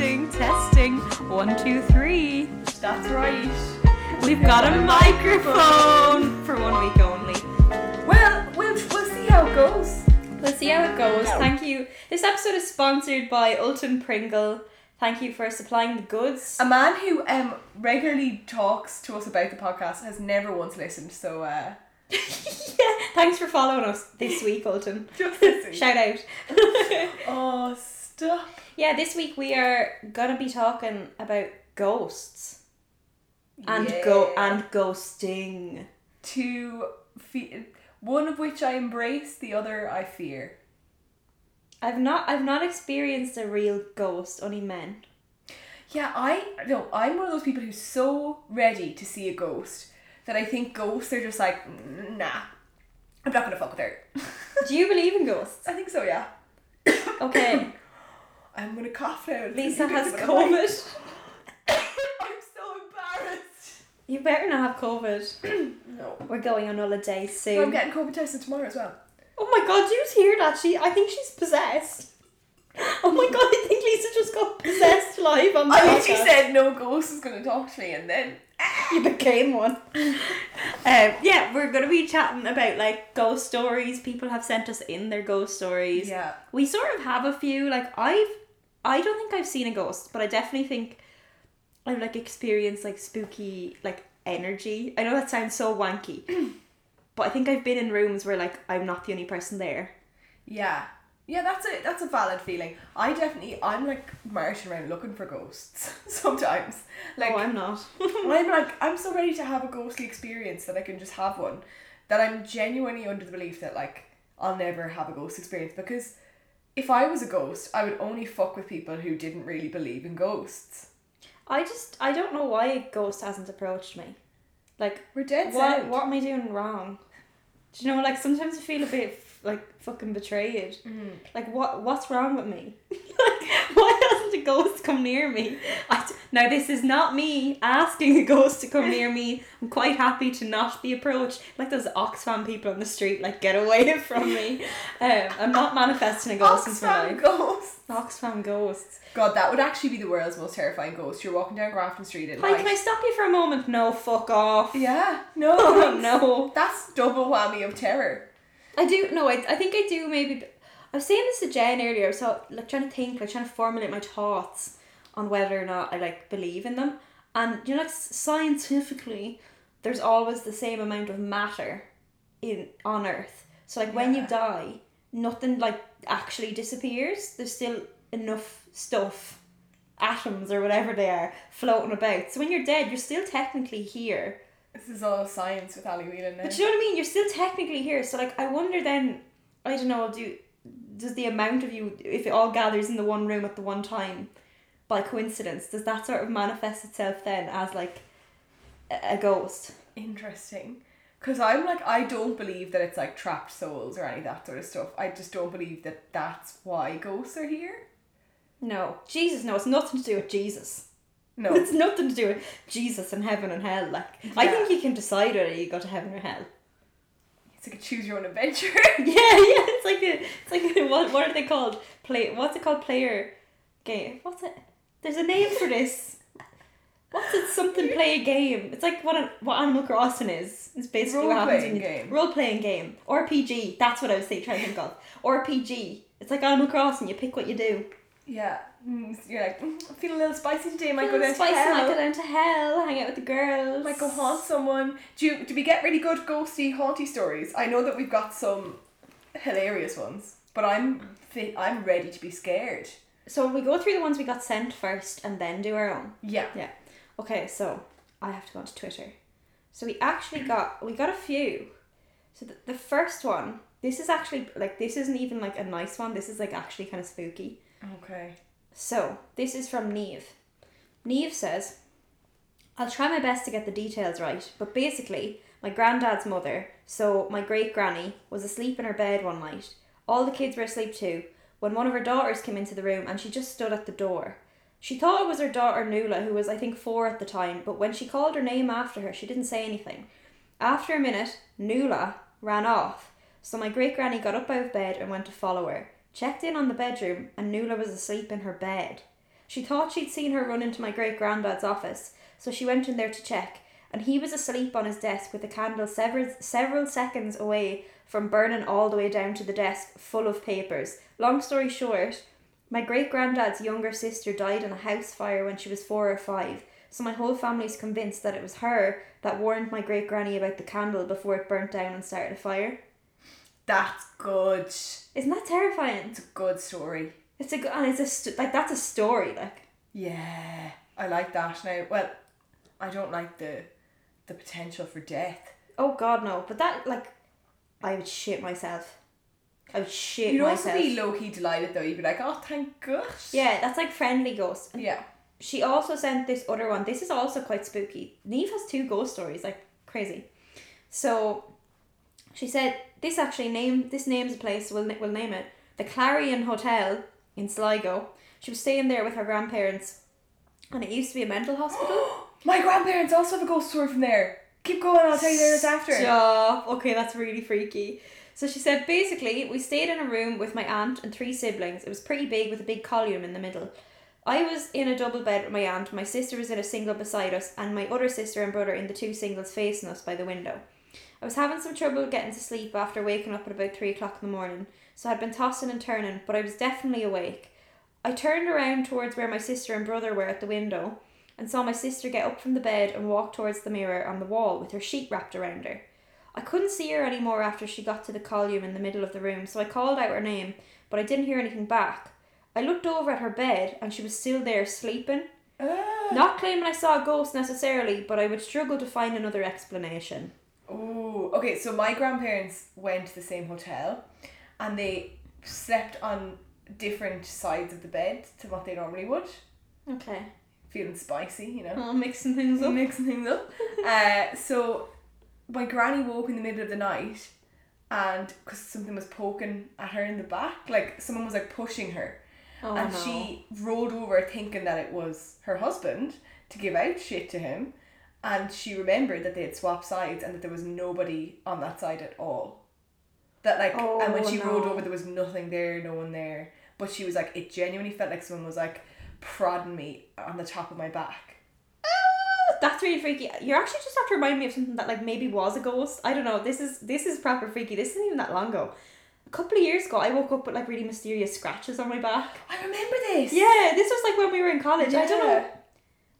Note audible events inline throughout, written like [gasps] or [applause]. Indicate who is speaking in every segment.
Speaker 1: Testing. One, two, three.
Speaker 2: That's right.
Speaker 1: We've got a microphone for one week only.
Speaker 2: Well, we'll, we'll see how it goes.
Speaker 1: Let's see how it goes. Thank you. This episode is sponsored by Ulton Pringle. Thank you for supplying the goods. [laughs]
Speaker 2: A man who um regularly talks to us about the podcast has never once listened, so uh,
Speaker 1: yeah, thanks for following us this week, [laughs] Ulton.
Speaker 2: just listen.
Speaker 1: Shout out. [laughs]
Speaker 2: Oh, stop.
Speaker 1: yeah, this week we are gonna be talking about ghosts and go
Speaker 2: Yeah.
Speaker 1: and ghosting.
Speaker 2: Two feet, one of which I embrace, the other I fear.
Speaker 1: I've not I've not experienced a real ghost, only men.
Speaker 2: Yeah, I no, I'm one of those people who's so ready to see a ghost that I think ghosts are just like nah, I'm not gonna fuck with her.
Speaker 1: [laughs] Do you believe in ghosts?
Speaker 2: I think so, yeah.
Speaker 1: [coughs] Okay,
Speaker 2: I'm gonna cough now.
Speaker 1: Lisa
Speaker 2: [laughs]
Speaker 1: has
Speaker 2: I'm
Speaker 1: COVID. [laughs]
Speaker 2: [laughs] so embarrassed.
Speaker 1: You better not have COVID. [clears throat]
Speaker 2: No.
Speaker 1: We're going on holiday
Speaker 2: So I'm
Speaker 1: soon.
Speaker 2: getting COVID tested tomorrow as well.
Speaker 1: Oh my god, did you just hear that? She I think she's possessed. [laughs] Oh my god, I think Lisa just got possessed live on the
Speaker 2: [laughs] I literally
Speaker 1: podcast.
Speaker 2: said no ghost is gonna talk to me, and then
Speaker 1: you became
Speaker 2: [laughs]
Speaker 1: one. um, yeah, we're gonna be chatting about like ghost stories. People have sent us in their ghost stories.
Speaker 2: yeah,
Speaker 1: We sort of have a few. Like I've, I don't think I've seen a ghost, but I definitely think I've like experienced like spooky like energy. I know that sounds so wanky, [clears throat] but I think I've been in rooms where like I'm not the only person there.
Speaker 2: yeah, yeah. That's a that's a valid feeling. I definitely I'm like marching around looking for ghosts [laughs] sometimes. Like
Speaker 1: oh, I'm not. [laughs]
Speaker 2: And I'm like, I'm so ready to have a ghostly experience that I can just have one. That I'm genuinely under the belief that like I'll never have a ghost experience because if I was a ghost, I would only fuck with people who didn't really believe in ghosts.
Speaker 1: I just I don't know why a ghost hasn't approached me. Like
Speaker 2: We're dead
Speaker 1: what,
Speaker 2: set.
Speaker 1: what am I doing wrong? Do you know, like sometimes I feel a bit like fucking betrayed. Like what what's wrong with me? [laughs] like why hasn't a ghost come near me? I d- now this is not me asking a ghost to come near me. I'm quite happy to not be approached. Like those Oxfam people on the street, like get away [laughs] from me. Um, I'm not manifesting a ghost into my
Speaker 2: Oxfam
Speaker 1: life.
Speaker 2: ghost.
Speaker 1: Oxfam ghosts.
Speaker 2: God, that would actually be the world's most terrifying ghost. You're walking down Grafton Street at
Speaker 1: Hi,
Speaker 2: night.
Speaker 1: can I stop you for a moment? No, fuck off.
Speaker 2: [laughs] Yeah. No.
Speaker 1: [laughs] Oh
Speaker 2: thanks.
Speaker 1: no.
Speaker 2: That's double whammy of terror.
Speaker 1: I do no, I, I think I do maybe I was saying this to Jen earlier, so like trying to think, like trying to formulate my thoughts on whether or not I like believe in them. And you know, like s- scientifically, there's always the same amount of matter in on Earth. So like when you
Speaker 2: Yeah.
Speaker 1: die, nothing like actually disappears. There's still enough stuff, atoms or whatever they are, floating about. So when you're dead, you're still technically here.
Speaker 2: This is all science with Ali Whelan now.
Speaker 1: But you know what I mean? You're still technically here. So like I wonder then I don't know, do does the amount of you if it all gathers in the one room at the one time by coincidence, does that sort of manifest itself then as like a a ghost?
Speaker 2: Interesting. Because I'm like, I don't believe that it's like trapped souls or any of that sort of stuff. I just don't believe that that's why ghosts are here.
Speaker 1: No. Jesus, no, it's nothing to do with Jesus. [laughs]
Speaker 2: No.
Speaker 1: It's nothing to do with Jesus and heaven and hell. Like I
Speaker 2: Yeah.
Speaker 1: think you can decide whether you go to heaven or hell.
Speaker 2: It's like a choose your own adventure. [laughs]
Speaker 1: [laughs] Yeah, yeah, it's like a, it's like a, what what are they called? Play what's it called? Player game. What's it? There's a name for this. What's it? Something play a game. It's like what an, what Animal Crossing is. It's basically what happens when you
Speaker 2: Role-playing game.
Speaker 1: role playing game RPG. That's what I was saying, trying to think of RPG. It's like Animal Crossing. You pick what you do.
Speaker 2: yeah. Mm, so you're like, mm, I feel a little spicy today. Might go
Speaker 1: Little
Speaker 2: down to
Speaker 1: spice and I
Speaker 2: hell.
Speaker 1: go down to hell. Hang out with the girls.
Speaker 2: Might go haunt someone. Do you, do we get really good ghosty haunty stories? I know that we've got some hilarious ones, but I'm fit. I'm ready to be scared.
Speaker 1: So we go through the ones we got sent first, and then do our own.
Speaker 2: Yeah.
Speaker 1: Yeah. Okay, so I have to go onto Twitter. So we actually got we got a few. So the, the first one, this is actually like this isn't even like a nice one. This is like actually kind of spooky.
Speaker 2: Okay.
Speaker 1: So this is from Neve. Neve says, "I'll try my best to get the details right, but basically, my granddad's mother, so my great granny, was asleep in her bed one night. All the kids were asleep too. When one of her daughters came into the room, and she just stood at the door." She thought it was her daughter Nula, who was, I think, four at the time, but when she called her name after her, she didn't say anything. After a minute, Nula ran off, so my great granny got up out of bed and went to follow her. Checked in on the bedroom, and Nula was asleep in her bed. She thought she'd seen her run into my great granddad's office, so she went in there to check, and he was asleep on his desk with a candle several, several seconds away from burning all the way down to the desk full of papers. Long story short, my great granddad's younger sister died in a house fire when she was four or five, so my whole family's convinced that it was her that warned my great granny about the candle before it burnt down and started a fire.
Speaker 2: That's good. It's
Speaker 1: Isn't that terrifying?
Speaker 2: a good story.
Speaker 1: It's a good, and it's a st- like that's a story. Like
Speaker 2: Yeah, I like that. Now, well, I don't like the the potential for death.
Speaker 1: oh god no, but that like I would shit myself. I would shit
Speaker 2: You'd
Speaker 1: myself.
Speaker 2: also be low key delighted though. You'd be like, oh, thank gosh.
Speaker 1: yeah, that's like friendly ghosts. And
Speaker 2: Yeah. [gasps]
Speaker 1: she also sent this other one. This is also quite spooky. Neve has two ghost stories, like crazy. So she said this actually name this names a place we'll, we'll name it the Clarion Hotel in Sligo. She was staying there with her grandparents, and it used to be a mental hospital.
Speaker 2: My grandparents also have a ghost story from there. Keep going. I'll tell you there it's after.
Speaker 1: Stop. Okay, that's really freaky. So she said basically, we stayed in a room with my aunt and three siblings. It was pretty big with a big column in the middle. I was in a double bed with my aunt, my sister was in a single beside us, and my other sister and brother in the two singles facing us by the window. I was having some trouble getting to sleep after waking up at about three o'clock in the morning, so I'd been tossing and turning, but I was definitely awake. I turned around towards where my sister and brother were at the window and saw my sister get up from the bed and walk towards the mirror on the wall with her sheet wrapped around her. I couldn't see her anymore after she got to the column in the middle of the room, so I called out her name, but I didn't hear anything back. I looked over at her bed and she was still there sleeping.
Speaker 2: Ah.
Speaker 1: Not claiming I saw a ghost necessarily, but I would struggle to find another explanation.
Speaker 2: Ooh, okay. So my grandparents went to the same hotel, and they slept on different sides of the bed to what they normally would.
Speaker 1: Okay.
Speaker 2: Feeling spicy, you know.
Speaker 1: Oh, mixing things up.
Speaker 2: [laughs] mixing things up. [laughs] uh, so my granny woke in the middle of the night, and because something was poking at her in the back, like someone was like pushing her,
Speaker 1: Oh,
Speaker 2: and
Speaker 1: no.
Speaker 2: she rolled over thinking that it was her husband to give out shit to him, and she remembered that they had swapped sides and that there was nobody on that side at all. That like, and when
Speaker 1: Oh,
Speaker 2: she rolled
Speaker 1: no.
Speaker 2: over, there was nothing there, no one there. But she was like, it genuinely felt like someone was like prodding me on the top of my back.
Speaker 1: That's really freaky. You're actually just have to remind me of something that like maybe was a ghost. I don't know. This is this is proper freaky. This isn't even that long ago. A couple of years ago, I woke up with like really mysterious scratches on my back.
Speaker 2: I remember this.
Speaker 1: Yeah, this was like when we were in college. I don't know.
Speaker 2: Yeah.
Speaker 1: Was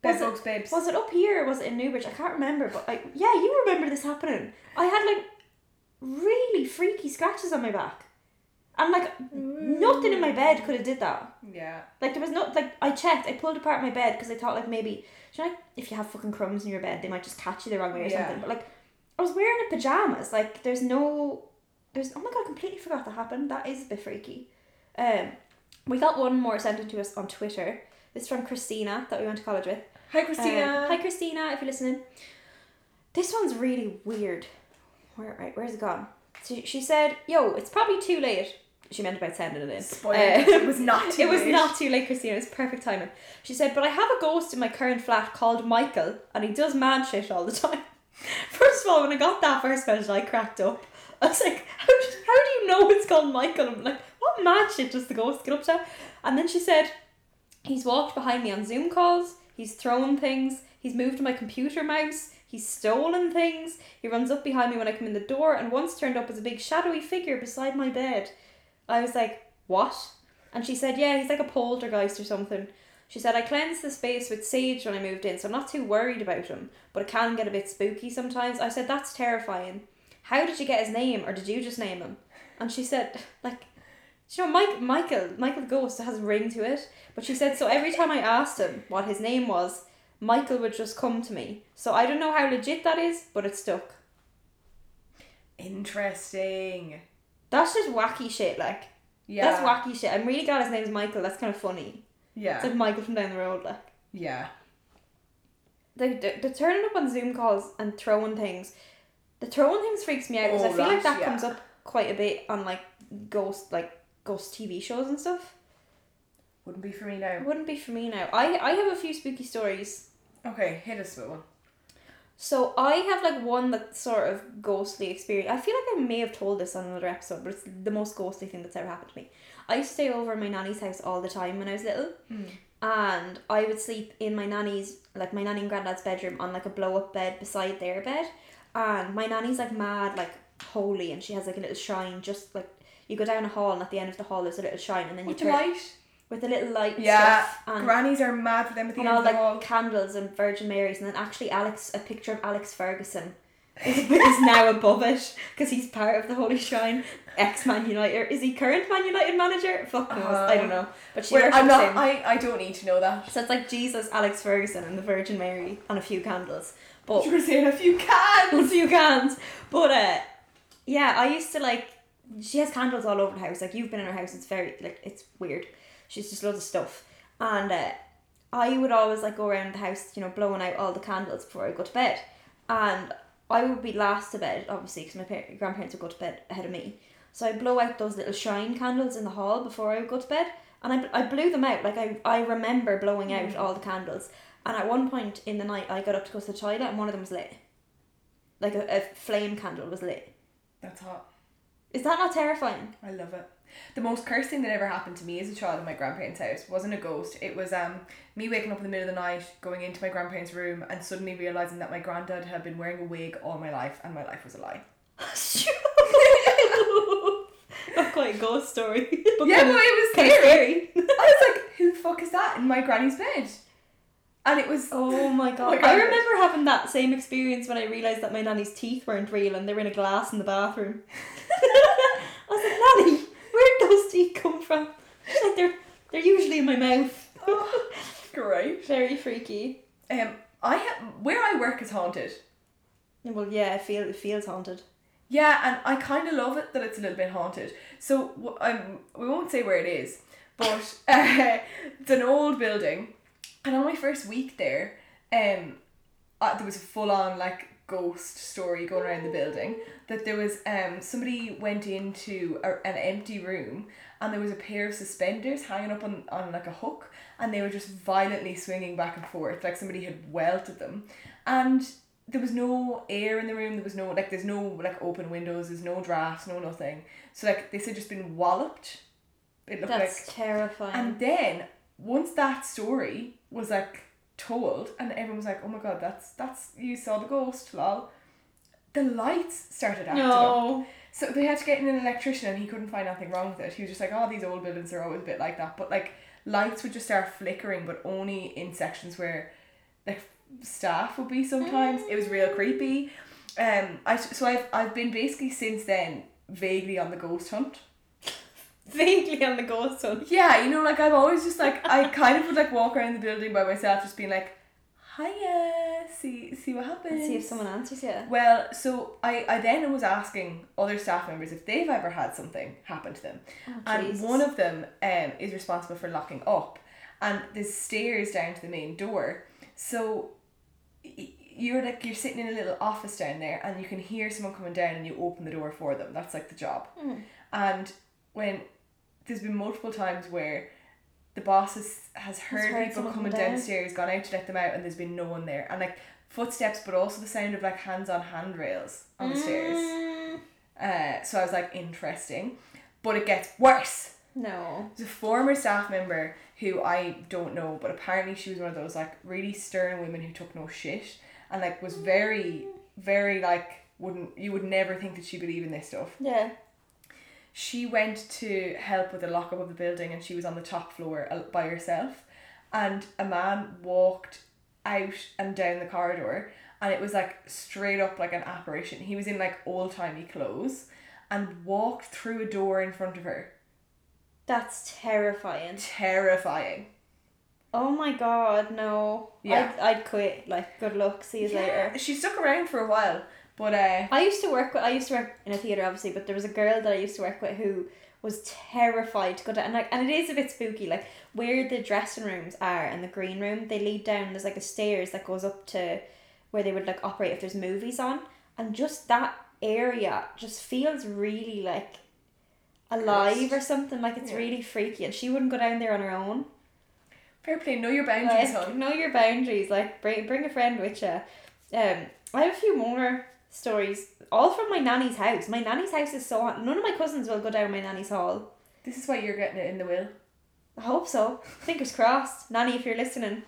Speaker 2: Bed
Speaker 1: it-
Speaker 2: bugs, babes.
Speaker 1: Was it up here or was it in Newbridge? I can't remember, but like yeah, you remember this happening. I had like really freaky scratches on my back. And like nothing in my bed could have did that.
Speaker 2: yeah.
Speaker 1: Like there was no like I checked, I pulled apart my bed because I thought like maybe do you know, like, if you have fucking crumbs in your bed, they might just catch you the wrong way or
Speaker 2: Yeah.
Speaker 1: something. But like I was wearing a pajamas. Like there's no there's oh my god, I completely forgot that happened. That is a bit freaky. Um we got one more sent in to us on Twitter. This is from Christina that we went to college with.
Speaker 2: Hi,
Speaker 1: Um,
Speaker 2: Christina.
Speaker 1: hi Christina, if you're listening. This one's really weird. Where right, where's it gone? She, she said, Yo, it's probably too late. She meant about sending it in.
Speaker 2: Spoiler.
Speaker 1: Uh,
Speaker 2: it was not.
Speaker 1: [laughs]
Speaker 2: Too
Speaker 1: it was
Speaker 2: late.
Speaker 1: not too late, Christina. It was perfect timing. She said, But I have a ghost in my current flat called Michael, and he does mad shit all the [laughs] time. First of all, when I got that first message, I cracked up. I was like, How, do- how do you know it's called Michael? I'm like, What mad shit does the ghost get up to? And then she said, He's walked behind me on Zoom calls, he's thrown things, he's moved my computer mouse. He's stolen things. He runs up behind me when I come in the door, and once turned up as a big shadowy figure beside my bed. I was like, What? And she said, Yeah, he's like a poltergeist or something. She said, I cleansed the space with sage when I moved in, so I'm not too worried about him, but it can get a bit spooky sometimes. I said, That's terrifying. How did you get his name, or did you just name him? And she said, Like, you know, Mike, Michael, Michael the Ghost has a ring to it. But she said, So every time I asked him what his name was, Michael would just come to me. So I don't know how legit that is, but it stuck.
Speaker 2: Interesting.
Speaker 1: That's just wacky shit, like.
Speaker 2: Yeah.
Speaker 1: That's wacky shit. I'm really glad his name's Michael. That's kind of funny. It's
Speaker 2: Yeah.
Speaker 1: like Michael from down the road, like.
Speaker 2: Yeah.
Speaker 1: the, the, the turning up on Zoom calls and throwing things, the throwing things freaks me out because
Speaker 2: Oh,
Speaker 1: I feel like
Speaker 2: that,
Speaker 1: that
Speaker 2: yeah.
Speaker 1: comes up quite a bit on like ghost like ghost TV shows and stuff.
Speaker 2: Wouldn't be for me
Speaker 1: It
Speaker 2: now.
Speaker 1: wouldn't be for me now. I I have a few spooky stories.
Speaker 2: Okay, hit us with one.
Speaker 1: So I have like one that sort of ghostly experience. I feel like I may have told this on another episode, but it's
Speaker 2: Hmm.
Speaker 1: the most ghostly thing that's ever happened to me. I used to stay over at my nanny's house all the time when I was little. and I would sleep in my nanny's like my nanny and granddad's bedroom on like a blow up bed beside their bed, and my nanny's like mad like holy, and she has like a little shrine just like you go down a hall and at the end of the hall there's a little shrine and then you
Speaker 2: With the
Speaker 1: turn
Speaker 2: light.
Speaker 1: with a little light and
Speaker 2: Yeah.
Speaker 1: stuff and
Speaker 2: Grannies are mad for them at the
Speaker 1: and
Speaker 2: end
Speaker 1: all
Speaker 2: of the
Speaker 1: like
Speaker 2: hall.
Speaker 1: candles and Virgin Marys, and then actually Alex, a picture of Alex Ferguson is, is now above it because he's part of the Holy Shrine. Ex Man United, is he current Man United manager? Fuck knows, I don't know. But she
Speaker 2: Well, Uh, I'm
Speaker 1: worships
Speaker 2: not.
Speaker 1: him.
Speaker 2: I, I don't need to know that.
Speaker 1: so it's like Jesus, Alex Ferguson, and the Virgin Mary on a few candles, but
Speaker 2: You're saying a few
Speaker 1: a
Speaker 2: cans.
Speaker 1: few cans. But uh, yeah, I used to like. She has candles all over the house. Like you've been in her house, it's very like it's weird. She's just loads of stuff, and uh, I would always like go around the house, you know, blowing out all the candles before I go to bed, and I would be last to bed, obviously, because my par- grandparents would go to bed ahead of me. So I blow out those little shrine candles in the hall before I would go to bed, and I, bl- I blew them out. Like I, I remember blowing out all the candles, and at one point in the night, I got up to go to the toilet, and one of them was lit. Like a, a flame candle was lit.
Speaker 2: That's hot.
Speaker 1: Is that not [laughs] terrifying?
Speaker 2: I love it. The most cursed thing that ever happened to me as a child in my grandparents' house wasn't a ghost. It was um me waking up in the middle of the night, going into my grandparents' room, and suddenly realizing that my granddad had been wearing a wig all my life, and my life was a lie.
Speaker 1: not quite a ghost story. [laughs] but
Speaker 2: Yeah,
Speaker 1: kind
Speaker 2: but
Speaker 1: of-
Speaker 2: it was
Speaker 1: kind of
Speaker 2: scary.
Speaker 1: scary. [laughs]
Speaker 2: I was like, "Who the fuck is that in my granny's bed?" And it was
Speaker 1: Oh
Speaker 2: [laughs]
Speaker 1: my god.
Speaker 2: God.
Speaker 1: I remember having that same experience when I realised that my nanny's teeth weren't real and they were in a glass in the [laughs] bathroom. I was like, Nanny, where did those teeth come from? She's like, they're, they're usually in my [laughs] mouth.
Speaker 2: great.
Speaker 1: Very freaky.
Speaker 2: Um, I ha- where I work is haunted.
Speaker 1: Well, yeah, it, feel, it feels haunted.
Speaker 2: Yeah, and I kind of love it that it's a little bit haunted. So w- um, we won't say where it is, but [laughs] uh, it's an old building. And on my first week there, um, uh, there was a full on like ghost story going around the building that there was um somebody went into a, an empty room and there was a pair of suspenders hanging up on, on like a hook and they were just violently swinging back and forth like somebody had welted them and there was no air in the room there was no like there's no like open windows there's no drafts no nothing so like this had just been walloped it looked like
Speaker 1: That's terrifying.
Speaker 2: and then once that story was like told, and everyone was like, "Oh my god, that's that's you saw the ghost, lol." The lights started acting up,
Speaker 1: no.
Speaker 2: so they had to get in an electrician, and he couldn't find anything wrong with it. He was just like, "Oh, these old buildings are always a bit like that," but like lights would just start flickering, but only in sections where like staff would be. Sometimes it was real creepy. Um, I so I've I've been basically since then vaguely on the ghost hunt.
Speaker 1: Vaguely on the ghost hunt.
Speaker 2: Yeah, you know, like I've always just like I kind of would like walk around the building by myself, just being like, "Hiya, see see what happens."
Speaker 1: Let's see if someone answers you.
Speaker 2: Well, so I I then was asking other staff members if they've ever had something happen to them, and
Speaker 1: Oh, Jesus.
Speaker 2: one of them um is responsible for locking up, and there's stairs down to the main door, so. y- You're like you're sitting in a little office down there, and you can hear someone coming down, and you open the door for them. That's like the job.
Speaker 1: Hmm.
Speaker 2: And when there's been multiple times where the boss has, has heard
Speaker 1: heard
Speaker 2: people
Speaker 1: someone
Speaker 2: coming
Speaker 1: come down.
Speaker 2: downstairs, gone out to let them out, and there's been no one there. And like footsteps, but also the sound of like hands on handrails on the stairs.
Speaker 1: Mm,
Speaker 2: Uh, so I was like, interesting. But it gets worse.
Speaker 1: no.
Speaker 2: There's a former staff member who I don't know, but apparently she was one of those like really stern women who took no shit and like was very, very like wouldn't you would never think that she believed in this stuff
Speaker 1: Yeah.
Speaker 2: she went to help with the lockup of the building and she was on the top floor al- by herself and a man walked out and down the corridor and it was like straight up like an apparition he was in like old-timey clothes and walked through a door in front of her
Speaker 1: That's terrifying.
Speaker 2: terrifying
Speaker 1: Oh my god, no.
Speaker 2: Yeah.
Speaker 1: I'd, I'd quit. Like, uh, good luck, see you later.
Speaker 2: she stuck around for a while but uh
Speaker 1: I used to work with, I used to work in a theatre obviously, but there was a girl that I used to work with who was terrified to go down and like and it is a bit spooky, like where the dressing rooms are and the green room, they lead down there's like a stairs that goes up to where they would like operate if there's movies on. And just that area just feels really like alive or something. Like it's
Speaker 2: Yeah.
Speaker 1: really freaky and she wouldn't go down there on her own.
Speaker 2: fair play know your boundaries
Speaker 1: Like,
Speaker 2: hon
Speaker 1: know your boundaries. Like bring bring a friend with you. Um, I have a few more stories, all from my nanny's house. My nanny's house is so hot. None of my cousins will go down my nanny's hall.
Speaker 2: this is why you're getting it in the will
Speaker 1: I hope so. Fingers crossed. Nanny, if you're listening.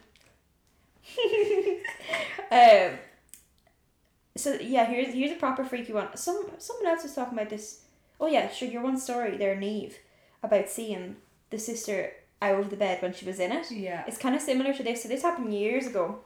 Speaker 1: [laughs] um, so yeah, here's here's a proper freaky one. Some someone else was talking about this. Oh yeah, sure. Your one story there, Neve, about seeing the sister out of the bed when she was in it.
Speaker 2: Yeah.
Speaker 1: It's kind of similar to this. So this happened years ago,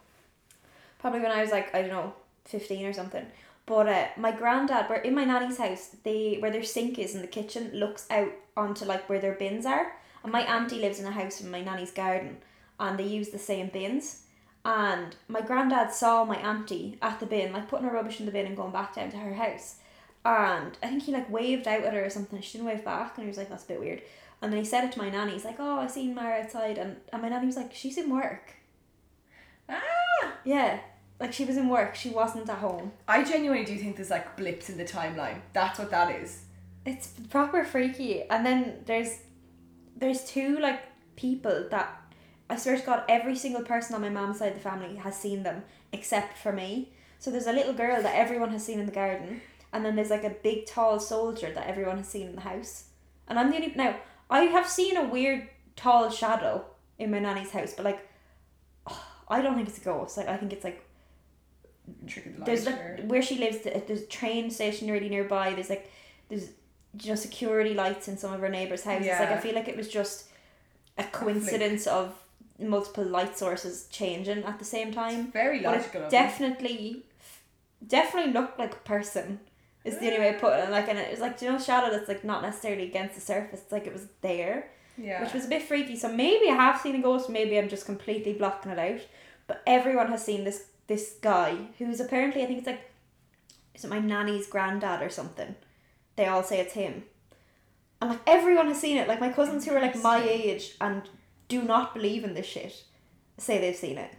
Speaker 1: probably when I was like I don't know, fifteen or something. But uh, my granddad, we're in my nanny's house. They where their sink is in the kitchen looks out onto like where their bins are. And my auntie lives in a house in my nanny's garden, and they use the same bins. And my granddad saw my auntie at the bin, like putting her rubbish in the bin and going back down to her house. And I think he like waved out at her or something. She didn't wave back, and he was like, "That's a bit weird." And then he said it to my nanny. He's like, "Oh, I seen Mara outside," and, and my nanny was like, "She's in work."
Speaker 2: Ah!
Speaker 1: Yeah, like she was in work. She wasn't at home.
Speaker 2: I genuinely do think there's like blips in the timeline. That's what that is.
Speaker 1: It's proper freaky. And then there's there's two like people that I swear to God, every single person on my mom's side of the family has seen them except for me. So there's a little girl that everyone has seen in the garden, and then there's like a big tall soldier that everyone has seen in the house. And I'm the only now I have seen a weird tall shadow in my nanny's house, but like [sighs] I don't think it's a ghost. Like I think it's like
Speaker 2: Trick of the
Speaker 1: there's
Speaker 2: light.
Speaker 1: like where she lives th- there's a train station really nearby there's like there's you know security lights in some of her neighbors houses like i
Speaker 2: Yeah.
Speaker 1: feel like it was just a coincidence of multiple light sources changing at the same time
Speaker 2: Very
Speaker 1: but
Speaker 2: logical.
Speaker 1: it
Speaker 2: of them.
Speaker 1: definitely definitely looked like a person is the only way I put it and like and it was like you know shadow that's like not necessarily against the surface it's like it was there
Speaker 2: yeah.
Speaker 1: which was a bit freaky so maybe I have seen a ghost maybe I'm just completely blocking it out but everyone has seen this this guy who's apparently I think it's like is it my nanny's granddad or something? They all say it's him. And like everyone has seen it. Like my cousins who are like my
Speaker 2: Interesting.
Speaker 1: age and do not believe in this shit say they've seen it.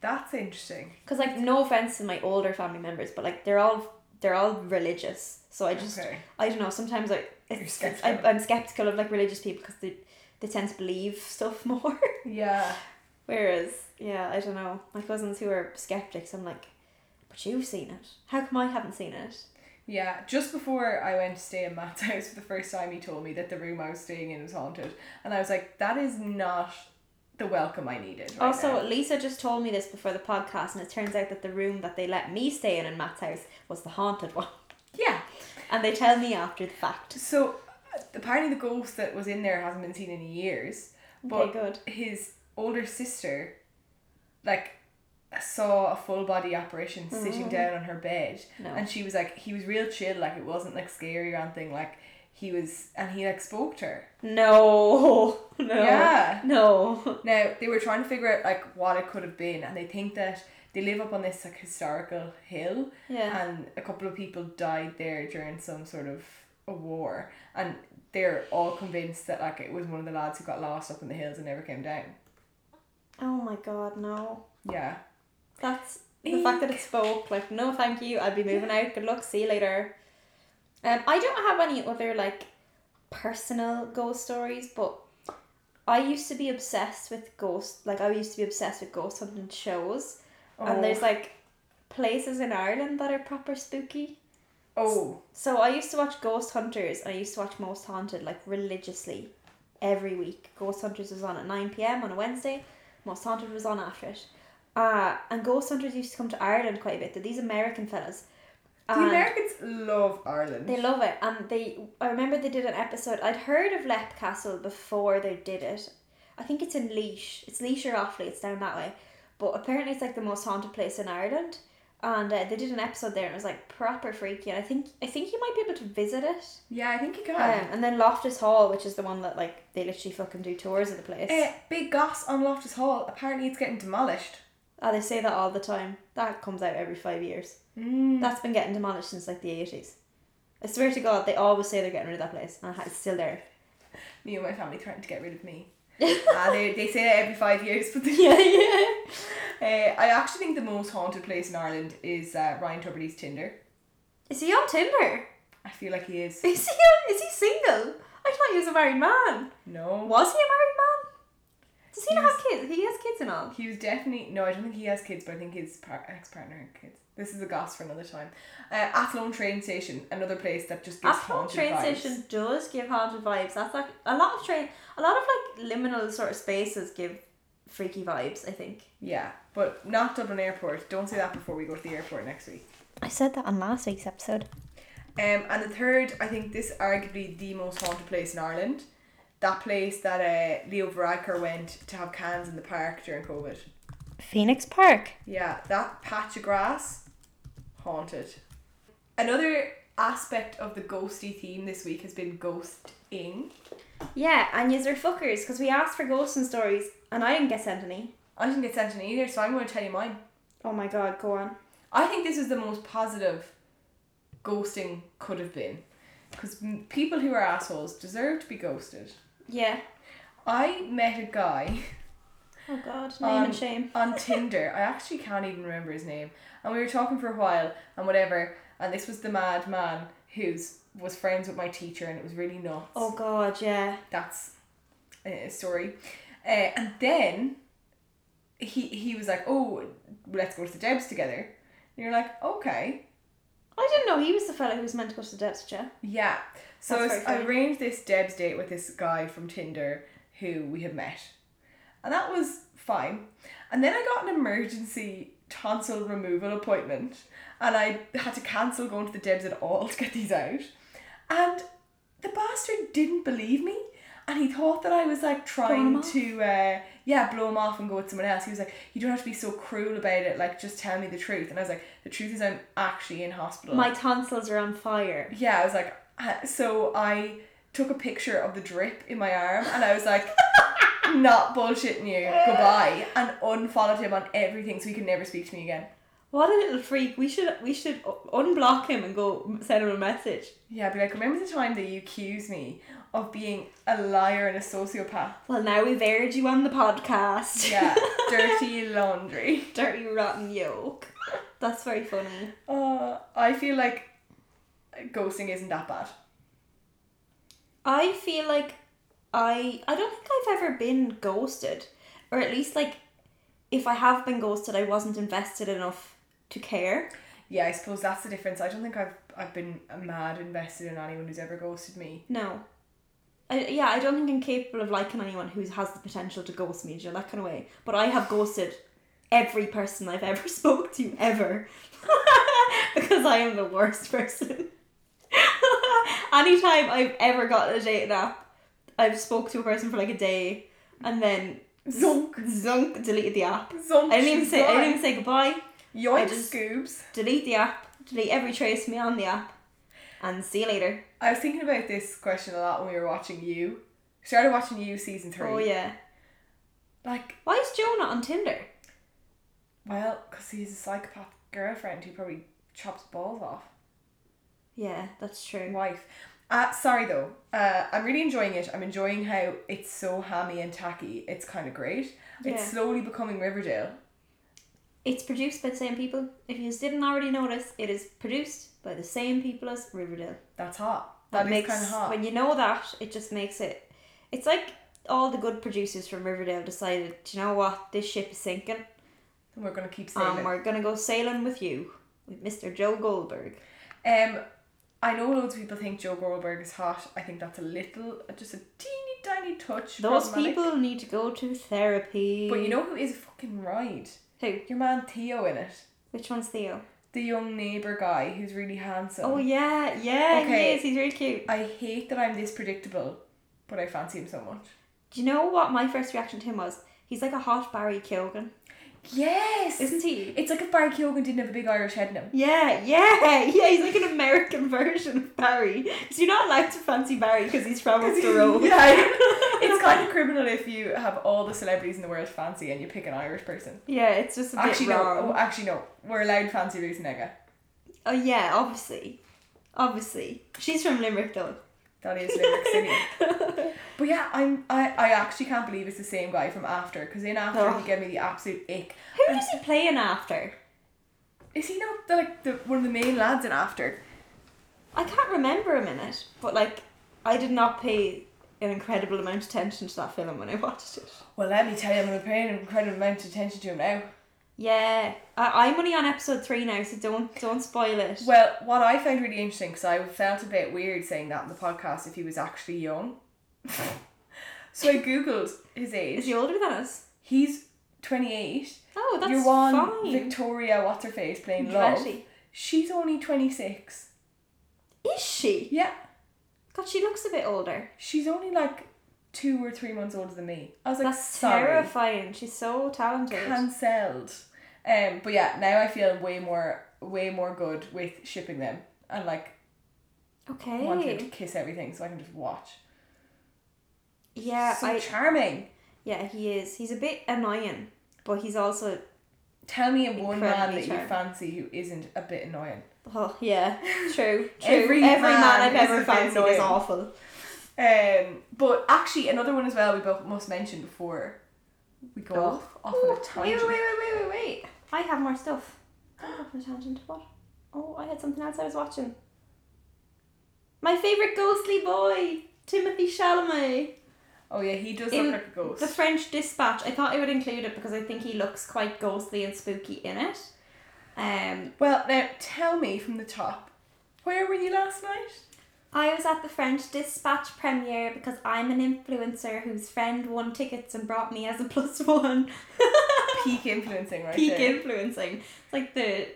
Speaker 2: That's interesting.
Speaker 1: Cause like no offense to my older family members, but like they're all they're all religious. So I just
Speaker 2: okay.
Speaker 1: I don't know. Sometimes I it's, it's, I,
Speaker 2: skeptical.
Speaker 1: I'm skeptical of like religious people because they they tend to believe [laughs] stuff more.
Speaker 2: Yeah.
Speaker 1: Whereas yeah, I don't know. My cousins who are skeptics, I'm like, but you've seen it. How come I haven't seen it?
Speaker 2: Yeah, just before I went to stay in Matt's [laughs] house for the first time, he told me that the room I was staying in was haunted, and I was like, "That is not the welcome I needed." Right
Speaker 1: Also,
Speaker 2: now.
Speaker 1: Lisa just told me this before the podcast, and it turns out that the room that they let me stay in in Matt's house was the haunted one. [laughs]
Speaker 2: yeah.
Speaker 1: And they tell me after the fact.
Speaker 2: So uh, apparently, the ghost that was in there hasn't been seen in years, but
Speaker 1: Okay, good.
Speaker 2: his older sister, like, saw a full body apparition sitting down on her bed,
Speaker 1: Mm. No.
Speaker 2: and she was like, he was real chill, like it wasn't like scary or anything, like he was, and he like spoke to her.
Speaker 1: No, [laughs] no,
Speaker 2: Yeah.
Speaker 1: no.
Speaker 2: Now they were trying to figure out like what it could have been, and they think that they live up on this like historical hill,
Speaker 1: Yeah.
Speaker 2: and a couple of people died there during some sort of a war, and they're all convinced that like it was one of the lads who got lost up in the hills and never came down.
Speaker 1: Oh my god, no.
Speaker 2: Yeah,
Speaker 1: That's the fact that it
Speaker 2: Eek.
Speaker 1: spoke. Like, no, thank you. I'll be moving out. Good luck. See you later. Um, I don't have any other like personal ghost stories, but I used to be obsessed with ghost. Like, I used to be obsessed with ghost hunting shows.
Speaker 2: Oh.
Speaker 1: and there's like places in Ireland that are proper spooky.
Speaker 2: oh
Speaker 1: So I used to watch Ghost Hunters and I used to watch Most Haunted like religiously every week. Ghost Hunters was on at 9 pm on a Wednesday, Most Haunted was on after it. Uh, and Ghost Hunters used to come to Ireland quite a bit. They're these American fellas.
Speaker 2: the
Speaker 1: And-
Speaker 2: Americans love Ireland.
Speaker 1: they love it, and they. I remember they did an episode. I'd heard of Lepp Castle before they did it. I think it's in Leash. It's Leash or Offaly. It's down that way, but apparently it's like the most haunted place in Ireland. And uh, they did an episode there, and it was like proper freaky. And I think I think you might be able to visit it.
Speaker 2: yeah, I think you can.
Speaker 1: Um, and then Loftus Hall, which is the one that like they literally fucking do tours of the place.
Speaker 2: Eh, big goss on Loftus Hall. Apparently, it's getting demolished.
Speaker 1: Oh, they say that all the time. That comes out every five years.
Speaker 2: Mm.
Speaker 1: That's been getting demolished since like the eighties. I swear to God, they always say they're getting rid of that place, and it's still there.
Speaker 2: Me and my family threatened to get rid of me. [laughs] Ah, they, they say that every five years, but
Speaker 1: [laughs]
Speaker 2: they
Speaker 1: yeah, yeah.
Speaker 2: Uh, I actually think the most haunted place in Ireland is uh, Ryan Tuberty's Tinder.
Speaker 1: Is he on Tinder?
Speaker 2: I feel like he is.
Speaker 1: Is he on, is he single? I thought he was a married man.
Speaker 2: No.
Speaker 1: Was he a married man? Does he not have kids? He has kids and all.
Speaker 2: He was definitely no. I don't think he has kids, but I think his par- ex partner had kids. This is a goss for another time. Uh, Athlone train station, another place that just gives
Speaker 1: Athlone
Speaker 2: haunted
Speaker 1: train
Speaker 2: vibes.
Speaker 1: station does give haunted vibes. That's like a lot of train, a lot of like liminal sort of spaces give freaky vibes. I think.
Speaker 2: Yeah, but not Dublin Airport. Don't say that before we go to the airport next week.
Speaker 1: I said that on last week's episode.
Speaker 2: Um, and the third, I think this arguably the most haunted place in Ireland. That place that uh, Leo Varadkar went to have cans in the park during COVID.
Speaker 1: Phoenix Park.
Speaker 2: Yeah, that patch of grass, haunted. Another aspect of the ghosty theme this week has been ghosting.
Speaker 1: Yeah, and yous are fuckers because we asked for ghosts and stories, and I didn't get sent any.
Speaker 2: I didn't get sent in either, so I'm going to tell you mine.
Speaker 1: Oh my god, go on.
Speaker 2: I think this is the most positive ghosting could have been. Because people who are assholes deserve to be ghosted.
Speaker 1: Yeah.
Speaker 2: I met a guy
Speaker 1: Oh god, name
Speaker 2: Um,
Speaker 1: and shame.
Speaker 2: on Tinder. I actually can't even remember his name. And we were talking for a while and whatever. And this was the mad man who's was friends with my teacher, and it was really nuts.
Speaker 1: Oh god, yeah.
Speaker 2: that's a story. Uh, and then he he was like, "Oh, let's go to the Debs together." And you're like, "Okay,
Speaker 1: I didn't know he was the fella who was meant to go to the depths chair.
Speaker 2: yeah." So
Speaker 1: That's
Speaker 2: I s-
Speaker 1: very
Speaker 2: I
Speaker 1: funny.
Speaker 2: arranged this Debs date with this guy from Tinder who we had met, and that was fine. And then I got an emergency tonsil removal appointment, and I had to cancel going to the Debs at all to get these out. And the bastard didn't believe me and he thought that I was like
Speaker 1: him
Speaker 2: trying
Speaker 1: off?
Speaker 2: to uh, yeah blow him off and go with someone else. He was like, "You don't have to be so cruel about it. Like, just tell me the truth." And I was like, "The truth is, I'm actually in hospital."
Speaker 1: My tonsils are on fire.
Speaker 2: yeah, I was like, uh, so I took a picture of the drip in my arm and I was
Speaker 1: [laughs]
Speaker 2: like. Not bullshitting you. Goodbye, and unfollowed him on everything, so he could never speak to me again.
Speaker 1: What a little freak. We should we should u- unblock him and go send him a message.
Speaker 2: Yeah, I'd be like, remember the time that you accused me of being a liar and a sociopath?
Speaker 1: Well, now we've aired you on the podcast.
Speaker 2: Yeah, dirty laundry.
Speaker 1: [laughs] Dirty rotten yolk. That's very funny.
Speaker 2: Uh, I feel like ghosting isn't that bad.
Speaker 1: I feel like I I don't think I've ever been ghosted, or at least like if I have been ghosted, I wasn't invested enough to care.
Speaker 2: Yeah, I suppose that's the difference. I don't think I've I've been mad invested in anyone who's ever ghosted me.
Speaker 1: No. I, yeah, I don't think I'm capable of liking anyone who has the potential to ghost me, you know, that kind of way. But I have ghosted every person I've ever [laughs] spoke to ever [laughs] because I am the worst person. [laughs] Anytime I've ever gotten a dating app, I've spoke to a person for like a day and then
Speaker 2: Zonk, Oh,
Speaker 1: zunk deleted the app.
Speaker 2: zonk.
Speaker 1: I didn't even say I didn't
Speaker 2: zonk.
Speaker 1: even say goodbye. I
Speaker 2: Yoink,
Speaker 1: just-
Speaker 2: scoobs.
Speaker 1: Delete the app. Delete every trace of me on the app, and see you later.
Speaker 2: I was thinking about this question a lot when we were watching you. Started watching you season three.
Speaker 1: Oh yeah.
Speaker 2: Like,
Speaker 1: Why is Joe not on Tinder?
Speaker 2: well, because he's a psychopath girlfriend who probably chops balls off.
Speaker 1: Yeah, that's true.
Speaker 2: wife. Uh, sorry though, uh, I'm really enjoying it. I'm enjoying how it's so hammy and tacky. It's kind of great.
Speaker 1: Yeah.
Speaker 2: It's slowly becoming Riverdale.
Speaker 1: It's produced by the same people. If you didn't already notice, it is produced by the same people as Riverdale.
Speaker 2: That's hot. That,
Speaker 1: makes
Speaker 2: kind of hot.
Speaker 1: when you know that it just makes it. It's like all the good producers from Riverdale decided, "Do you know what? This ship is sinking,
Speaker 2: And we're gonna keep saying
Speaker 1: and
Speaker 2: it.
Speaker 1: we're gonna go sailing with you, with Mr. Joe Goldberg."
Speaker 2: Um, I know loads of people think Joe Goldberg is hot. I think that's a little, just a teeny tiny touch.
Speaker 1: Those
Speaker 2: problematic.
Speaker 1: people need to go to therapy.
Speaker 2: But you know who is a fucking ride?
Speaker 1: Who?
Speaker 2: Your man Theo in it.
Speaker 1: Which one's Theo?
Speaker 2: The young neighbor guy who's really handsome.
Speaker 1: Oh yeah, yeah,
Speaker 2: Okay.
Speaker 1: he is. He's really cute.
Speaker 2: I hate that I'm this predictable, but I fancy him so much.
Speaker 1: Do you know what my first reaction to him was? He's like a hot Barry Keoghan,
Speaker 2: Yes.
Speaker 1: isn't he?
Speaker 2: It's like if Barry Keoghan didn't have a big Irish head in him.
Speaker 1: Yeah, yeah, yeah. He's like an American [laughs] version of Barry. So you're not allowed to fancy Barry because he's
Speaker 2: [laughs]
Speaker 1: from up [laughs] the road.
Speaker 2: yeah, I- it's
Speaker 1: [laughs]
Speaker 2: kind of criminal if you have all the celebrities in the world fancy and you pick an Irish person.
Speaker 1: Yeah, it's just a bit
Speaker 2: Actually, no.
Speaker 1: wrong.
Speaker 2: Oh, actually, no. We're allowed fancy Ruth Nega.
Speaker 1: Oh yeah, obviously, obviously. She's from Limerick though.
Speaker 2: That
Speaker 1: [laughs]
Speaker 2: is Limerick City. [laughs] But yeah, I'm. I, I actually can't believe it's the same guy from After because in After
Speaker 1: Oh.
Speaker 2: he gave me the absolute ick.
Speaker 1: Who is he playing after?
Speaker 2: Is he not the, like the one of the main lads in After?
Speaker 1: I can't remember a minute, but like, I did not pay an incredible amount of attention to that film when I watched it.
Speaker 2: Well, let me tell you, I'm going to pay an incredible amount of attention to him now.
Speaker 1: Yeah, I, I'm only on episode three now, so don't don't spoil it.
Speaker 2: Well, what I found really interesting, because I felt a bit weird saying that in the podcast if he was actually young. [laughs] so I googled his
Speaker 1: Is
Speaker 2: age.
Speaker 1: he older than us?
Speaker 2: He's 28.
Speaker 1: Oh, that's
Speaker 2: Your one
Speaker 1: fine.
Speaker 2: Victoria, what's her face, playing Love.
Speaker 1: Andretti.
Speaker 2: She's only 26.
Speaker 1: Is she?
Speaker 2: Yeah,
Speaker 1: God, she looks a bit older.
Speaker 2: she's only like two or three months older than me. I was like,
Speaker 1: That's
Speaker 2: sorry.
Speaker 1: terrifying. She's so talented.
Speaker 2: cancelled. Um, but yeah, now I feel way more, way more good with shipping them and like wanting to
Speaker 1: okay.
Speaker 2: kiss everything so I can just watch.
Speaker 1: Yeah,
Speaker 2: so
Speaker 1: Uh, I,
Speaker 2: charming.
Speaker 1: yeah, he is. He's a bit annoying, but he's also
Speaker 2: Tell me a one man
Speaker 1: Incredibly
Speaker 2: that you
Speaker 1: charming.
Speaker 2: fancy who isn't a bit annoying.
Speaker 1: oh
Speaker 2: [laughs]
Speaker 1: yeah, true, true.
Speaker 2: Every
Speaker 1: Every,
Speaker 2: man
Speaker 1: man, I've
Speaker 2: is a
Speaker 1: ever
Speaker 2: bit
Speaker 1: fancied
Speaker 2: annoying.
Speaker 1: is awful.
Speaker 2: Um, but actually, another one as well we both must mention before we go
Speaker 1: Go.
Speaker 2: off off on
Speaker 1: Ooh,
Speaker 2: a
Speaker 1: wait,
Speaker 2: tangent.
Speaker 1: wait, wait, wait, wait, wait. I have more stuff. [gasps] Oh, on a tangent. What? Oh, I had something else I was watching. My favorite ghostly boy, Timothy Chalamet.
Speaker 2: Oh yeah, he does
Speaker 1: In
Speaker 2: look like a ghost.
Speaker 1: The French Dispatch. I thought I would include it because I think he looks quite ghostly and spooky in it. Um,
Speaker 2: well, now tell me from the top, where were you last night?
Speaker 1: I was at the French Dispatch premiere because I'm an influencer whose friend won tickets and brought me as a [laughs] plus one.
Speaker 2: Peak influencing, right
Speaker 1: Ah. peak
Speaker 2: there.
Speaker 1: influencing. It's like the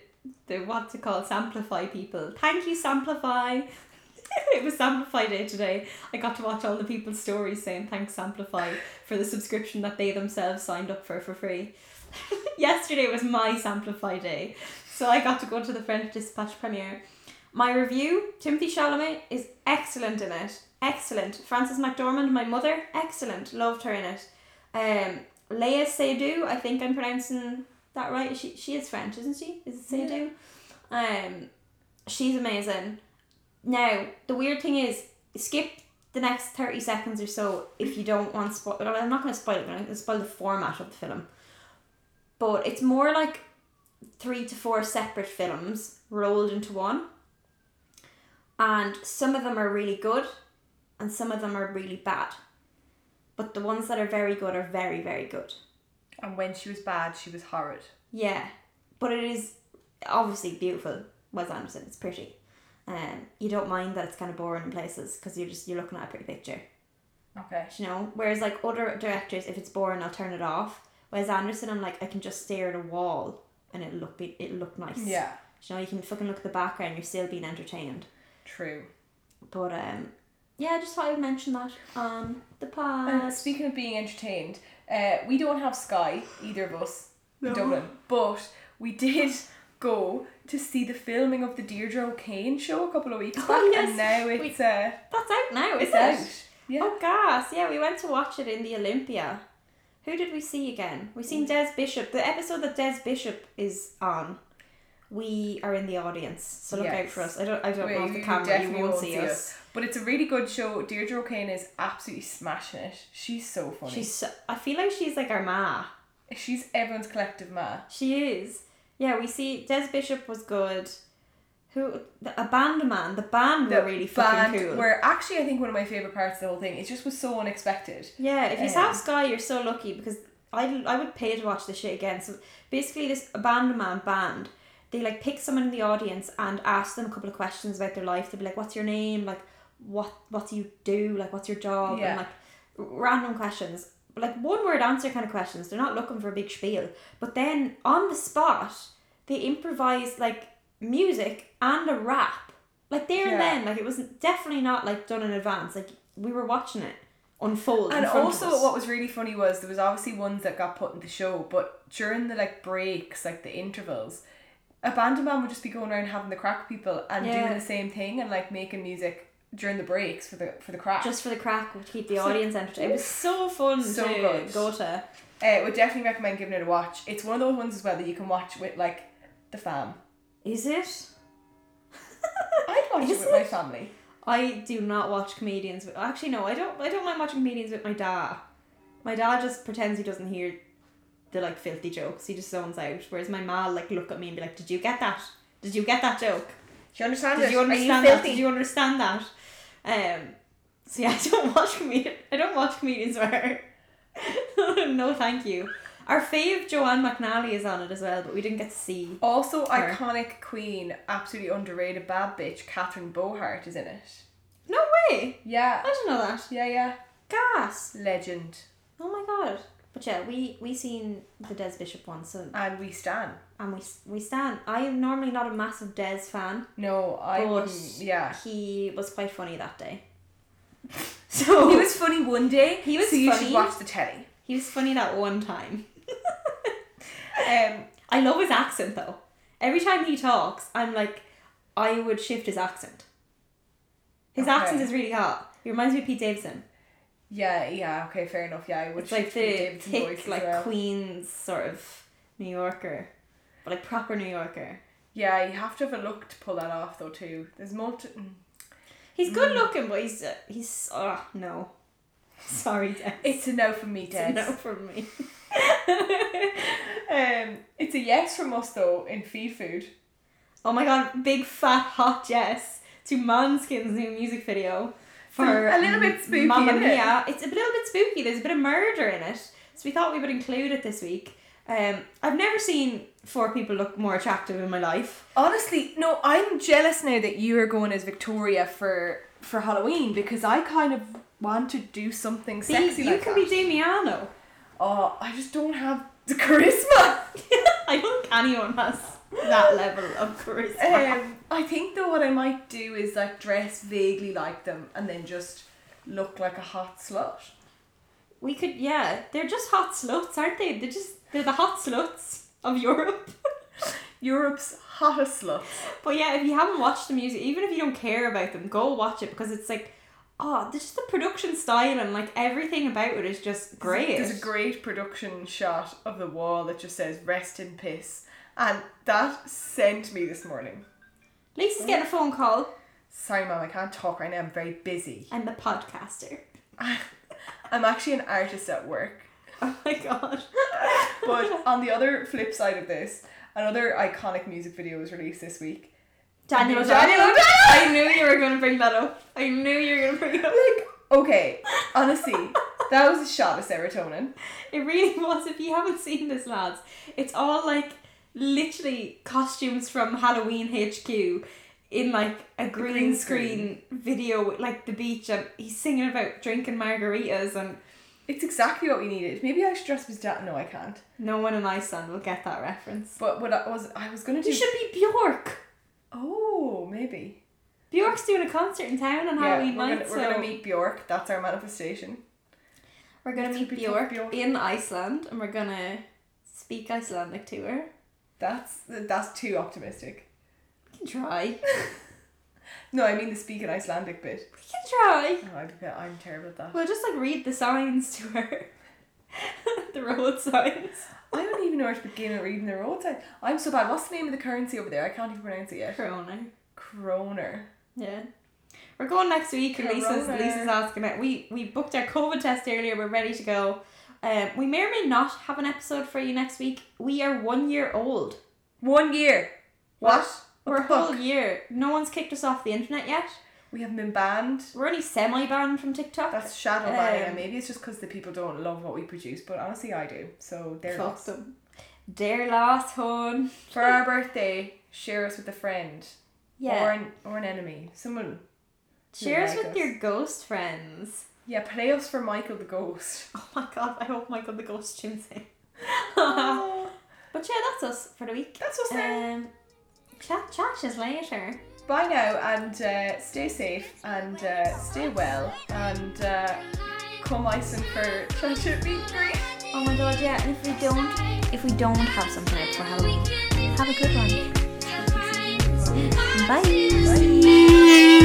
Speaker 1: the what's it called? Samplify people. Thank you, Samplify. [laughs] it was Samplify Day today. I got to watch all the people's stories saying thanks Samplify for the subscription that they themselves signed up for for free. [laughs] Yesterday was my Samplify Day, so I got to go to the French Dispatch premiere. My review: Timothy Chalamet is excellent in it. Excellent. Frances McDormand, my mother, excellent. Loved her in it. Um, Leia Seydoux, I think I'm pronouncing that right. She she is French, isn't she? Is it Seydoux? Um, she's amazing. Now the weird thing is, skip the next thirty seconds or so if you don't want spoil. Well, I'm not going to spoil it. I'm going to spoil the format of the film. But it's more like three to four separate films rolled into one. And some of them are really good, and some of them are really bad. But the ones that are very good are very very good.
Speaker 2: And when she was bad, she was horrid.
Speaker 1: Yeah, but it is obviously beautiful. Wes Anderson, it's pretty. Um, you don't mind that it's kind of boring in places because you're just you're looking at a pretty picture,
Speaker 2: Okay.
Speaker 1: you know. Whereas like other directors, if it's boring, I'll turn it off. Whereas Anderson, I'm like I can just stare at a wall and it'll look be- it'll look nice.
Speaker 2: Yeah.
Speaker 1: you know you can fucking look at the background, you're still being entertained.
Speaker 2: True.
Speaker 1: But um, yeah, I just thought I would mention that on the
Speaker 2: Uh,
Speaker 1: pod.
Speaker 2: speaking of being entertained, uh, we don't have Sky, either of us, in Dublin, but we did go to see the filming of the Deirdre O'Kane show a couple of weeks back,
Speaker 1: Oh, yes.
Speaker 2: and now
Speaker 1: We-
Speaker 2: it's, uh,
Speaker 1: That's out now, is
Speaker 2: it's
Speaker 1: it?
Speaker 2: out. Yeah.
Speaker 1: Oh, gas. Yeah, we went to watch it in the Olympia. Who did we see again? We seen Des Bishop. The episode that Des Bishop is on, we are in the audience. So look out
Speaker 2: Yes.
Speaker 1: for us. I don't, I don't
Speaker 2: We-
Speaker 1: know if
Speaker 2: you
Speaker 1: the camera, you
Speaker 2: definitely
Speaker 1: won't, see, us.
Speaker 2: But it's a really good show. Deirdre O'Kane is absolutely smashing it. She's so funny. She's,
Speaker 1: She's so, I feel like she's like our ma.
Speaker 2: everyone's collective ma.
Speaker 1: She is. Yeah, we see Des Bishop was good. Who the, a band man? The band were really fucking
Speaker 2: band
Speaker 1: cool.
Speaker 2: were actually I think one of my favourite parts of the whole thing. It just was so unexpected.
Speaker 1: Yeah, if you
Speaker 2: Um,
Speaker 1: have Sky, you're so lucky because I, I would pay to watch the shit again. So basically, this abandonment band, they like pick someone in the audience and ask them a couple of questions about their life. They'd be like, "What's your name? Like, what what do you do? Like, what's your job?"
Speaker 2: Yeah.
Speaker 1: And like r- random questions, but like one word answer kind of questions. They're not looking for a big spiel. But then on the spot, they improvise like music and a rap. Like there
Speaker 2: Yeah.
Speaker 1: and then, like it was definitely not like done in advance. Like we were watching it unfold. in
Speaker 2: And
Speaker 1: front of
Speaker 2: also,
Speaker 1: us.
Speaker 2: what was really funny was there was obviously ones that got put in the show, but during the like breaks, like the intervals, a band of man would just be going around having the crack with people and
Speaker 1: Yeah.
Speaker 2: doing the same thing and like making music during the breaks for the for the crack.
Speaker 1: just for the crack to keep the audience entertained. It was so fun
Speaker 2: So
Speaker 1: to
Speaker 2: good.
Speaker 1: go to.
Speaker 2: uh, would definitely recommend giving it a watch. It's one of those ones as well that you can watch with like the fam.
Speaker 1: Is it?
Speaker 2: I'd watch it
Speaker 1: Is
Speaker 2: with my family.
Speaker 1: I do not watch comedians. With, actually, no, I don't. I don't mind watching comedians with my dad. My dad just pretends he doesn't hear the like filthy jokes. He just zones out. Whereas my ma like look at me and be like, "Did you get that? Did you get that joke?"
Speaker 2: Do you understand
Speaker 1: Did
Speaker 2: it?
Speaker 1: you
Speaker 2: Are
Speaker 1: understand that? Did you understand that? Um, So yeah, [laughs] I don't watch comedian. I don't watch comedians swear. [laughs] no, thank you. Our fave Joanne McNally is on it as well, but we didn't get to see.
Speaker 2: Also,
Speaker 1: Her.
Speaker 2: iconic queen, absolutely underrated bad bitch, Catherine Bohart is in it.
Speaker 1: No way! I
Speaker 2: Yeah.
Speaker 1: didn't know that.
Speaker 2: Yeah, yeah.
Speaker 1: Gas!
Speaker 2: Legend.
Speaker 1: Oh my god! But yeah, we we seen the Des Bishop one, so
Speaker 2: And we stan.
Speaker 1: and we we stand. I am normally not a massive Des fan,
Speaker 2: No, I
Speaker 1: But-
Speaker 2: wouldn't. Yeah.
Speaker 1: he was quite funny that
Speaker 2: [laughs]
Speaker 1: day. So
Speaker 2: He was funny one day.
Speaker 1: He was
Speaker 2: so you should
Speaker 1: funny.
Speaker 2: watch the telly.
Speaker 1: he was funny that one time.
Speaker 2: Um,
Speaker 1: I love his accent though. Every time he talks, I'm like, I would shift his accent. His
Speaker 2: Okay.
Speaker 1: accent is really hot. He reminds me of Pete Davidson.
Speaker 2: yeah, yeah, okay, fair enough. Yeah, I would
Speaker 1: It's like
Speaker 2: shift
Speaker 1: the
Speaker 2: Pete Davidson's voice
Speaker 1: thick,
Speaker 2: as
Speaker 1: like
Speaker 2: well.
Speaker 1: Queens sort of New Yorker, but like proper New Yorker.
Speaker 2: Yeah, you have to have a look to pull that off though too. There's multi. mm.
Speaker 1: He's good looking, but he's uh, he's oh no, [laughs] sorry, Des.
Speaker 2: It's a no from me,
Speaker 1: It's a
Speaker 2: Des.
Speaker 1: no for me.
Speaker 2: Um, it's a yes from us though in feed food.
Speaker 1: Oh my god, big fat hot Jess to Måneskin's new music video for
Speaker 2: a little bit spooky,
Speaker 1: Mamma
Speaker 2: isn't it?
Speaker 1: Mia. It's a little bit spooky. There's a bit of murder in it, so we thought we would include it this week. Um, I've never seen four people look more attractive in my life.
Speaker 2: Honestly, no, I'm jealous now that you are going as Victoria for for Halloween because I kind of want to do something
Speaker 1: See,
Speaker 2: sexy.
Speaker 1: you
Speaker 2: like
Speaker 1: can
Speaker 2: that.
Speaker 1: be Damiano. [laughs]
Speaker 2: Oh, I just don't have the charisma.
Speaker 1: I don't think anyone has that level of charisma.
Speaker 2: Um, I think though what I might do is like dress vaguely like them and then just look like a hot slut.
Speaker 1: we could, yeah, they're just hot sluts, aren't they? They're just they're the hot sluts of Europe. [laughs]
Speaker 2: Europe's hottest sluts.
Speaker 1: But yeah, if you haven't watched the music, even if you don't care about them, go watch it because it's like, oh, this is the production style and like everything about it is just great.
Speaker 2: There's a great production shot of the wall that just says "Rest in piss," and that sent me this morning.
Speaker 1: Lisa's getting a phone call.
Speaker 2: Sorry, mom, I can't talk right now. I'm very busy. [laughs]
Speaker 1: I'm a podcaster. [laughs]
Speaker 2: I'm actually an artist at work.
Speaker 1: Oh my
Speaker 2: [laughs]
Speaker 1: god.
Speaker 2: But on the other flip side of this, another iconic music video was released this week.
Speaker 1: Daniel,
Speaker 2: Daniel O'Donnell.
Speaker 1: I knew you were going to bring that up. I knew you were going to bring it up.
Speaker 2: Like, okay, honestly, that was a shot of serotonin.
Speaker 1: It really [laughs] was. If you haven't seen this, lads, it's all like literally costumes from Halloween HQ in like a green,
Speaker 2: green
Speaker 1: screen, video with like the beach, and he's singing about drinking margaritas, and
Speaker 2: It's exactly what we needed. Maybe I should dress up as dad. No, I can't.
Speaker 1: no one in Iceland will get that reference.
Speaker 2: But what I was, I was gonna do.
Speaker 1: You should be Bjork.
Speaker 2: Oh, maybe.
Speaker 1: Bjork's doing a concert in town on
Speaker 2: Yeah, we're
Speaker 1: Halloween
Speaker 2: gonna,
Speaker 1: night,
Speaker 2: we're
Speaker 1: so
Speaker 2: gonna meet Bjork. That's our manifestation.
Speaker 1: we're gonna
Speaker 2: It's
Speaker 1: meet
Speaker 2: gonna be
Speaker 1: Bjork,
Speaker 2: Bjork.
Speaker 1: in Iceland, and we're gonna speak Icelandic to her.
Speaker 2: That's that's too optimistic.
Speaker 1: We can try. [laughs] We
Speaker 2: No, I mean the speak in Icelandic bit.
Speaker 1: can try.
Speaker 2: Oh, I- I'm terrible at that.
Speaker 1: We'll just like read the signs to her. [laughs] the road signs.
Speaker 2: I don't even know where to begin at reading the roadside. I'm so bad. What's the name of the currency over there? I can't even pronounce it yet.
Speaker 1: Corona.
Speaker 2: Kroner.
Speaker 1: Yeah. We're going next week and Lisa's,
Speaker 2: Corona.
Speaker 1: Lisa's asking it. We we booked our COVID test earlier, we're ready to go. Um, we may or may not have an episode for you next week. We are one year old.
Speaker 2: One year. What?
Speaker 1: We're a
Speaker 2: the fuck?
Speaker 1: whole year. No one's kicked us off the internet yet.
Speaker 2: We haven't been banned.
Speaker 1: We're only semi banned from TikTok.
Speaker 2: That's shadow banning.
Speaker 1: Um,
Speaker 2: and maybe it's just because the people don't love what we produce, but honestly, I do. So there.
Speaker 1: Fuck them. Dear last hon.
Speaker 2: For our birthday, share us with a friend
Speaker 1: Yeah.
Speaker 2: or an or an enemy. Someone.
Speaker 1: Share us
Speaker 2: like
Speaker 1: with
Speaker 2: us.
Speaker 1: your ghost friends.
Speaker 2: Yeah, play us for Michael
Speaker 1: [laughs]
Speaker 2: the Ghost.
Speaker 1: Oh my god, I hope Michael the Ghost tunes [laughs] in. but
Speaker 2: Oh,
Speaker 1: yeah, that's us for the week.
Speaker 2: that's what's there.
Speaker 1: Um, chat, chat us later.
Speaker 2: Bye now, and uh, stay safe, and uh, stay well, and uh, come Iceland for Chanchet Meet Greet.
Speaker 1: Oh my god, yeah. and If we don't, if we don't have something out for Halloween, have a good one. Bye.
Speaker 3: Bye.